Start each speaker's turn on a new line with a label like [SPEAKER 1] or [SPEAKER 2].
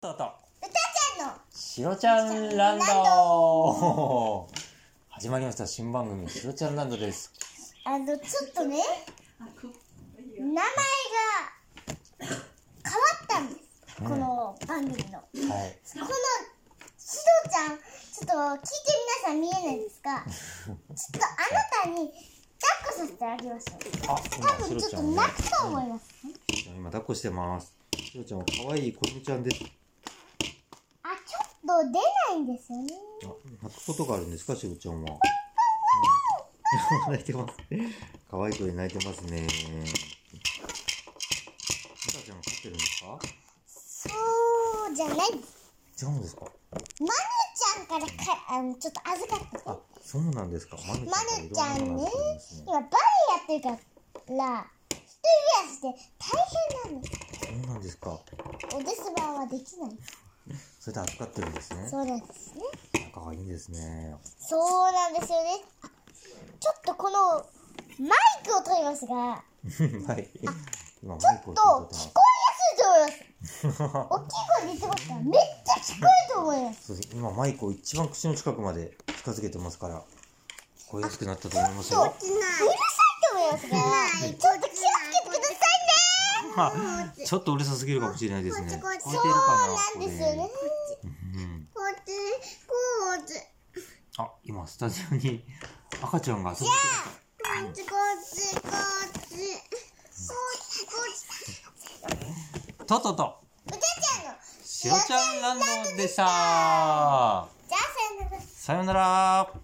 [SPEAKER 1] とうとう
[SPEAKER 2] 歌ちゃんの
[SPEAKER 1] しろちゃんランド 始まりました新番組しろちゃんランドです
[SPEAKER 2] あのちょっとね名前が変わったんです、
[SPEAKER 1] うん
[SPEAKER 2] この番組のこの
[SPEAKER 1] はい
[SPEAKER 2] しろちゃんちょっと聞いて皆さん見えないですがちょっとあなたに抱っこさせてあげましょう
[SPEAKER 1] あ
[SPEAKER 2] 多
[SPEAKER 1] 今し
[SPEAKER 2] 分
[SPEAKER 1] ろ
[SPEAKER 2] ち
[SPEAKER 1] ち
[SPEAKER 2] ょ
[SPEAKER 1] ゃ
[SPEAKER 2] っと
[SPEAKER 1] んね
[SPEAKER 2] 泣くと思います
[SPEAKER 1] 今抱っこしてますしろちゃんは可愛い子犬ちゃんです
[SPEAKER 2] あちょっと出ないんですよね
[SPEAKER 1] あ泣くことがあるんですかしろちゃんは、うん泣いてます 可愛い子で泣いてますねみかちゃんも飼ってるんですか
[SPEAKER 2] そうじゃないです
[SPEAKER 1] 違うんですか
[SPEAKER 2] まぬちゃんからかあのちょっと預かった
[SPEAKER 1] あそうなんですかま
[SPEAKER 2] まるちゃん
[SPEAKER 1] のが
[SPEAKER 2] ね
[SPEAKER 1] あるんですね
[SPEAKER 2] 今バレエやってるから一人暮らしで大変なの
[SPEAKER 1] そうなんですか
[SPEAKER 2] お留守番はできない
[SPEAKER 1] それで預かってるんですね
[SPEAKER 2] そうなんですね
[SPEAKER 1] 仲がいいんですね
[SPEAKER 2] そうなんですよねあちょっとこのマイクを取りますが
[SPEAKER 1] はい。今マイク
[SPEAKER 2] と
[SPEAKER 1] を取っ
[SPEAKER 2] 聞こ
[SPEAKER 1] て
[SPEAKER 2] えやすい
[SPEAKER 1] た
[SPEAKER 2] と思います大きい声で言ってますからめっちゃ聞こえると思います
[SPEAKER 1] そうです。今マイクを一番口の近くまで近づけてますから、聞こえやすくなったと思います
[SPEAKER 2] ちょっ
[SPEAKER 1] よ
[SPEAKER 2] と。うるさいと思いますがちょっと気をつけてくださいね
[SPEAKER 1] まあちょっとうるさすぎるかもしれないですね。聞こえて
[SPEAKER 2] そ
[SPEAKER 1] いうるか
[SPEAKER 2] なん
[SPEAKER 1] な。
[SPEAKER 2] ですよね
[SPEAKER 1] これうん
[SPEAKER 2] こっちこっち
[SPEAKER 1] あ、今スタジオに赤ちゃんが遊んで
[SPEAKER 2] こっちこっちこっちこっち
[SPEAKER 1] くる。ととと、
[SPEAKER 2] うたちゃんの
[SPEAKER 1] しろちゃんランドでした。
[SPEAKER 2] じゃあさよなら
[SPEAKER 1] さようなら。